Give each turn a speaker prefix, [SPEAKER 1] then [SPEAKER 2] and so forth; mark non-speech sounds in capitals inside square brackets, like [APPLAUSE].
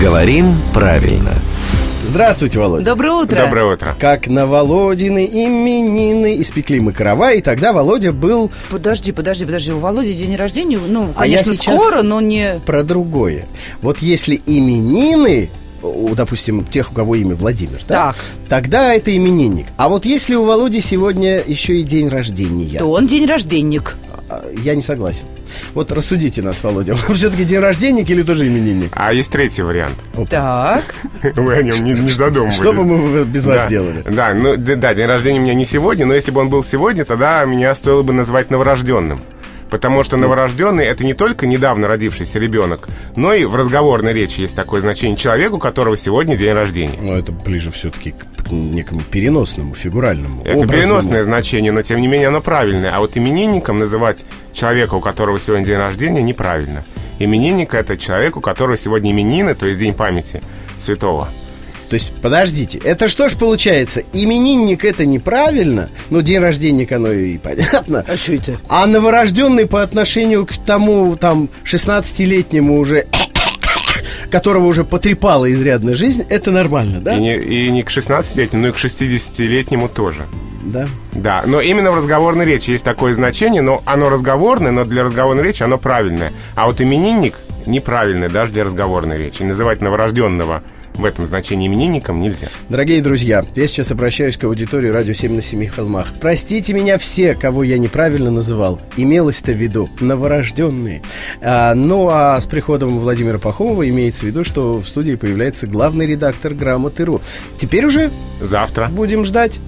[SPEAKER 1] Говорим правильно.
[SPEAKER 2] Здравствуйте, Володя.
[SPEAKER 3] Доброе утро.
[SPEAKER 4] Доброе утро.
[SPEAKER 2] Как на Володины именины испекли мы крова, и тогда Володя был
[SPEAKER 3] Подожди, подожди, подожди. У Володи день рождения, ну,
[SPEAKER 2] А я
[SPEAKER 3] конечно,
[SPEAKER 2] сейчас-
[SPEAKER 3] скоро, но не...
[SPEAKER 2] про другое. Вот если именины, у, допустим, тех, у кого имя Владимир, да,
[SPEAKER 3] Так.
[SPEAKER 2] тогда это именинник. А вот если у Володи сегодня еще и день рождения,
[SPEAKER 3] То он день рожденник.
[SPEAKER 2] А, я не согласен. Вот рассудите нас, Володя, [LAUGHS] он все-таки день рождения или тоже именинник?
[SPEAKER 4] А есть третий вариант. [LAUGHS]
[SPEAKER 3] Так.
[SPEAKER 4] Вы о нем не, не задумывались.
[SPEAKER 2] [LAUGHS] Что бы мы без вас
[SPEAKER 4] да.
[SPEAKER 2] делали?
[SPEAKER 4] Да, ну д- да, день рождения у меня не сегодня, но если бы он был сегодня, тогда меня стоило бы назвать новорожденным. Потому что новорожденный это не только недавно родившийся ребенок, но и в разговорной речи есть такое значение человеку, у которого сегодня день рождения.
[SPEAKER 2] Ну, это ближе все-таки к некому переносному, фигуральному.
[SPEAKER 4] Это
[SPEAKER 2] образному.
[SPEAKER 4] переносное значение, но тем не менее оно правильное. А вот именинником называть человека, у которого сегодня день рождения, неправильно. Именинник это человек, у которого сегодня именины, то есть день памяти святого.
[SPEAKER 2] То есть, подождите, это что ж получается? Именинник это неправильно, ну, день рождения оно и понятно.
[SPEAKER 3] А что это?
[SPEAKER 2] А новорожденный по отношению к тому, там, 16-летнему уже которого уже потрепала изрядная жизнь, это нормально, да?
[SPEAKER 4] И не, и не к 16-летнему, но и к 60-летнему тоже.
[SPEAKER 2] Да.
[SPEAKER 4] Да, но именно в разговорной речи есть такое значение, но оно разговорное, но для разговорной речи оно правильное. А вот именинник неправильное даже для разговорной речи. И Называть новорожденного в этом значении именинником нельзя.
[SPEAKER 2] Дорогие друзья, я сейчас обращаюсь к аудитории радио 7 на 7 холмах. Простите меня все, кого я неправильно называл. Имелось-то в виду новорожденные. А, ну а с приходом Владимира Пахомова имеется в виду, что в студии появляется главный редактор «Грамоты.ру». Теперь уже
[SPEAKER 4] Завтра.
[SPEAKER 2] будем ждать.